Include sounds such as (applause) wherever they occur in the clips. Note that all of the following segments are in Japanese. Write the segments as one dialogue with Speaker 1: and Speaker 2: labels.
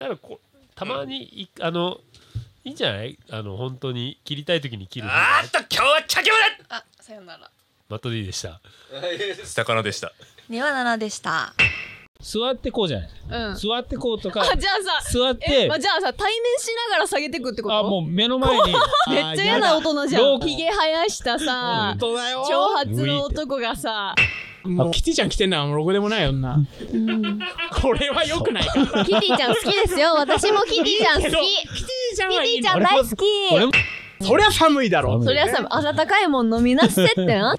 Speaker 1: なんかこうたまにい、あのいいんじゃないあの本当に切りたい時に切る方が
Speaker 2: あーっと今日は茶教だ
Speaker 3: あ、さよなら。
Speaker 1: マット D でした
Speaker 2: 魚でした
Speaker 3: にはならでした。
Speaker 4: 座ってこうじゃない
Speaker 3: うん。あ、じ
Speaker 4: 座ってこうと
Speaker 3: (laughs)
Speaker 4: か
Speaker 3: ゃあさ、
Speaker 4: 座って
Speaker 3: え、まあ、じゃあさ、対面しながら下げてくってこと
Speaker 4: あもう目の前に
Speaker 3: (laughs) めっちゃ嫌な大人じゃん。
Speaker 4: ロー
Speaker 3: ひげ生やしたさ、
Speaker 5: 当だよ
Speaker 3: 長髪の男がさ、
Speaker 5: もうキティちゃん来てんなもうろくでもない女 (laughs) これは良くないか
Speaker 6: キティちゃん好きですよ。私もキティちゃん好き。
Speaker 5: け
Speaker 6: キ
Speaker 5: どキティちゃんはい
Speaker 6: テ
Speaker 5: い
Speaker 6: ィちゃん
Speaker 5: の
Speaker 6: 大好き。
Speaker 4: 俺も
Speaker 5: そりゃ寒いだろ
Speaker 4: 寒い
Speaker 3: そりゃさ、温かいもん飲みなしてってな。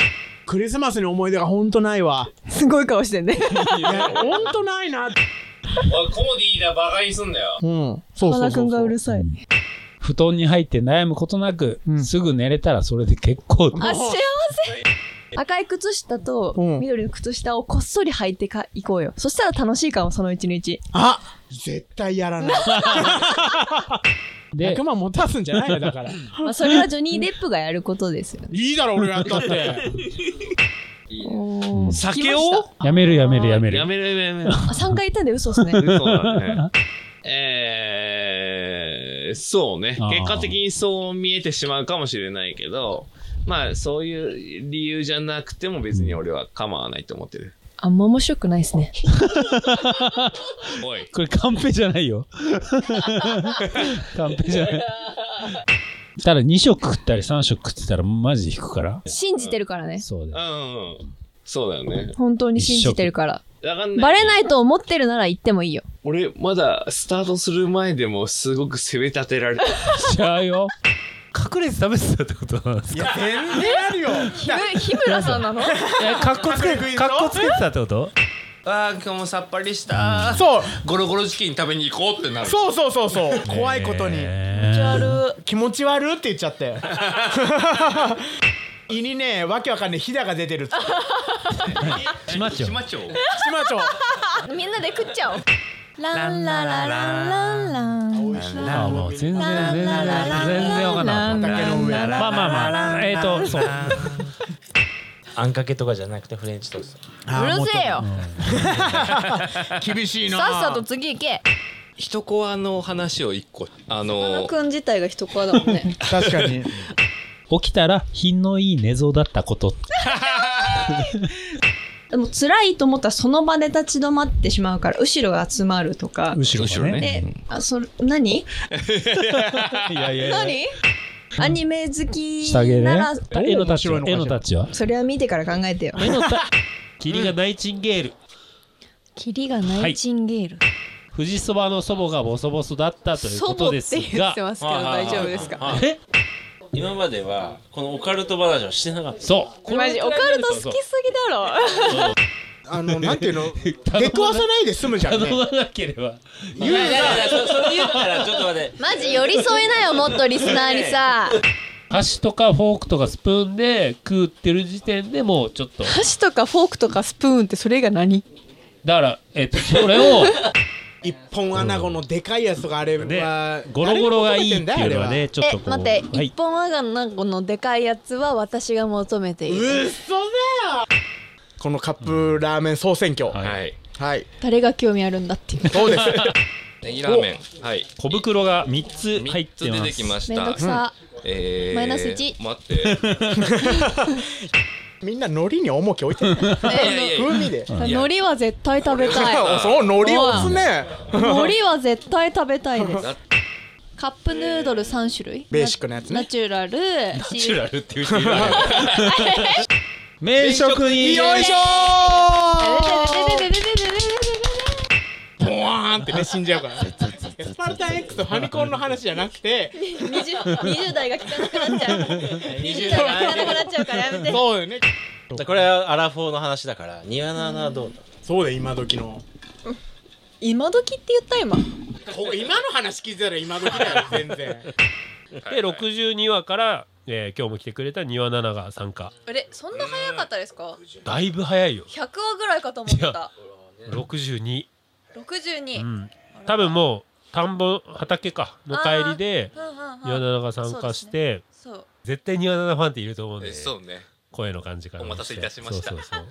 Speaker 5: クリスマスに思い出がほんとない (laughs) わ
Speaker 3: (laughs) すごい顔してんね。
Speaker 5: いやほんとないな
Speaker 2: おいコモディだバカにすんだよ
Speaker 5: うんそうそうそうそう
Speaker 3: さい。
Speaker 4: 布団に入って悩むことなく、
Speaker 5: うん
Speaker 4: すぐ寝れたらそれで結構
Speaker 3: あ、幸せ。赤い靴下と
Speaker 5: うん
Speaker 3: 緑の靴下をこっそり履いてか行こうよ。そしたら楽しいかも、その一日。
Speaker 5: あ絶対や (laughs) らない
Speaker 4: で
Speaker 5: 100万持たすんじゃないよだからい
Speaker 3: まあ、それはジョニー・デップがやることですよ。
Speaker 5: いだろ俺がやったって
Speaker 2: 酒
Speaker 3: 聞きま
Speaker 2: を
Speaker 4: やめるやめるやめる
Speaker 2: やめるやめるやめる
Speaker 3: あ、3回行ったんで嘘っ (laughs) すね。
Speaker 2: そうだね。えー、そうね。
Speaker 4: あー
Speaker 2: 結果的にそう見えてしまうかもしれないけど、まあ、そういう理由じゃなくても別に俺は構わないと思ってる。
Speaker 3: あんま面白くないですね。
Speaker 2: おい。
Speaker 4: これカンペじゃないよカンペじゃないただ2食食ったり3食食ってたらマジで引くから
Speaker 3: 信じてるからね。
Speaker 4: そう
Speaker 2: う
Speaker 4: だ
Speaker 2: ん、
Speaker 4: よ
Speaker 2: うん。そうだよね。
Speaker 3: 本当に信じてるから。
Speaker 2: わかんない。
Speaker 3: バレないと思ってるなら言ってもいいよ。
Speaker 2: 俺、まだスタートする前でもすごく攻め立てられてる。
Speaker 4: ちゃうよ
Speaker 1: 隠れて食べてたってことなんですか
Speaker 5: や (laughs) 全然あるよ
Speaker 3: 日村さんなの
Speaker 1: えかっこつけかっこつけてたってこと
Speaker 2: あー、今日もさっぱりした。
Speaker 5: そう
Speaker 2: ゴロゴロチキン食べに行こうってなる。
Speaker 5: そうそうそうそう怖いことに
Speaker 1: え
Speaker 5: 気持ち悪って言っちゃ (laughs) ったよ胃にねわけわかんないひだが出てるっつって
Speaker 4: 島町
Speaker 2: 島町
Speaker 5: 島町
Speaker 3: (laughs) みんなで食っちゃおう。ランララランランラン。
Speaker 4: あもう全然全然全然わかんなかっ
Speaker 5: 竹の上
Speaker 4: たまあまあまあえっ、とそう
Speaker 7: あんかけとかじゃなくてフレンチトースト
Speaker 3: うるせえよ。
Speaker 5: 厳しいな
Speaker 3: さっさと次行け。
Speaker 2: 一コアの話を一個。あの、
Speaker 3: くん自体が一コアだもんね。
Speaker 5: 確か
Speaker 4: (laughs)
Speaker 5: に
Speaker 4: 起きたら品のいい寝相だったこと
Speaker 3: でも辛いと思ったらその場で立ち止まってしまうから、後ろが集まるとか。
Speaker 4: 後ろがね
Speaker 3: で、あ、それ、
Speaker 4: (laughs)
Speaker 3: 何
Speaker 4: いやいやいや
Speaker 3: 何アニメ好き
Speaker 4: 下げ
Speaker 3: な
Speaker 4: ね
Speaker 3: ら、
Speaker 4: 絵のタッチは
Speaker 5: 面白
Speaker 4: 絵
Speaker 5: いのかしら
Speaker 4: のタッチは
Speaker 3: それは見てから考えてよ。
Speaker 4: 絵のタッチ霧がナイチンゲール
Speaker 3: キリがナイチンゲール。
Speaker 4: 富士そばの祖母がボソボソだったという
Speaker 3: 祖
Speaker 4: こと
Speaker 3: 母
Speaker 4: で
Speaker 3: っ
Speaker 4: す
Speaker 3: て言
Speaker 4: が
Speaker 3: ってますけど大丈夫ですか
Speaker 4: え
Speaker 7: 今まではこのオカルト話をしてなかった
Speaker 4: そうこの
Speaker 3: マジオカルト好きすぎだろ。
Speaker 5: あのなん
Speaker 4: (laughs)
Speaker 5: ていうの
Speaker 4: まな
Speaker 5: 出くわさないで済むじゃん
Speaker 4: 頼
Speaker 5: ね
Speaker 4: まなければ
Speaker 7: いやいやいやそそれ言ったらちょっと待って
Speaker 6: マジ寄り添えなよ、もっとリスナーにさ。
Speaker 4: 箸とかフォークとかスプーンで食ってる時点でもうちょっと
Speaker 3: 箸とかフォークとかスプーンってそれが何
Speaker 4: だからえっとそれを
Speaker 5: 一本穴子のでかいやつとかあれ
Speaker 4: ね
Speaker 5: は
Speaker 4: ゴロゴロがいいっていうのはねちょっ
Speaker 3: え
Speaker 4: とこ、う
Speaker 3: 待って、
Speaker 4: は
Speaker 3: 一
Speaker 4: い
Speaker 3: 本あがなんこのでかいやつは (laughs) 私が求めてい
Speaker 5: 嘘
Speaker 3: る。
Speaker 5: だよこのカップラーメン総選挙
Speaker 4: はい
Speaker 2: い。
Speaker 5: はい
Speaker 3: 誰が興味あるんだっていう。
Speaker 5: そうです
Speaker 2: ネギラーメン。はい。
Speaker 4: 小袋が三つ入
Speaker 2: 3
Speaker 4: っ
Speaker 2: つ
Speaker 4: て
Speaker 2: 出
Speaker 4: ま
Speaker 2: てき
Speaker 4: す
Speaker 2: まし
Speaker 3: めんど
Speaker 2: た
Speaker 3: く。さ。
Speaker 2: えー、
Speaker 6: マイナス一
Speaker 2: 待って。
Speaker 5: みんな海苔に重き置い
Speaker 4: (laughs)
Speaker 5: てるね
Speaker 2: いやいやいや
Speaker 5: 風味で
Speaker 3: 海苔は絶対食べたい。
Speaker 5: (laughs) そう海苔押すね
Speaker 3: 海苔は絶対食べたいです。カップヌードル三種類。
Speaker 5: ベーシックなやつね
Speaker 3: ナチュラル。ナ
Speaker 2: ナチュラルっていう人いるよね
Speaker 4: 名食に
Speaker 5: よいしょーボワーンってね死んじゃうからエスパルタン X とファミコンの話じゃなくて
Speaker 3: 二十二十代が聞かなくなっちゃう。20
Speaker 7: 20
Speaker 3: 代が聞かなくなっちゃうからやめて。
Speaker 5: そうだよね
Speaker 7: これはアラフォーの話だからニアナナはどうだ
Speaker 5: そうだよ今時の
Speaker 3: 今時って言った今。
Speaker 5: こ今の話聞いてたら今時だよ全然
Speaker 1: で62話から、えー今日も来てくれた庭奈々が参加
Speaker 3: あれそんな早かったですか？
Speaker 1: だいぶ早いよ
Speaker 3: 百話ぐらいかと思って
Speaker 1: いや
Speaker 3: た。
Speaker 1: 62、
Speaker 3: 六十
Speaker 1: う
Speaker 3: 二。
Speaker 1: ん、多分もう田んぼ畑かの帰りで
Speaker 3: うんうん
Speaker 1: 庭
Speaker 3: うん
Speaker 1: 奈々が参加して、
Speaker 3: そう。
Speaker 1: 絶対庭奈々ファンっていると思うんで
Speaker 2: そうね。
Speaker 1: 声の感じから
Speaker 2: お待たせいたしました
Speaker 1: そうそうそう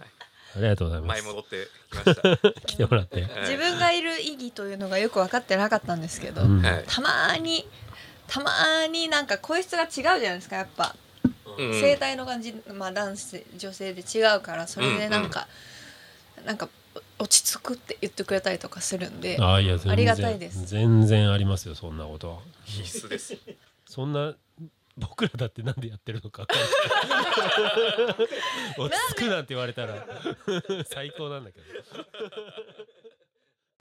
Speaker 1: ありがとうございま
Speaker 8: 前
Speaker 1: す。
Speaker 8: 戻ってきました。はい
Speaker 1: 来てもらって。
Speaker 6: 自分がいる意義というのがよく分かってなかったんですけど、
Speaker 1: うん
Speaker 8: はい
Speaker 6: たまーにたまーになんか声質が違うじゃないですかやっぱ、
Speaker 8: うん
Speaker 6: 声帯の感じ、まあ、男性女性で違うからそれでなんか、なんか落ち着くって言ってくれたりとかするんで
Speaker 1: ああいや全然
Speaker 6: ありがたいです
Speaker 1: 全然ありますよそんなことは。
Speaker 8: 必須です。
Speaker 1: そんな僕らだってなんでやってる
Speaker 6: (laughs)
Speaker 1: のか分かんない落ち着くなんて言われたら最高なんだけど。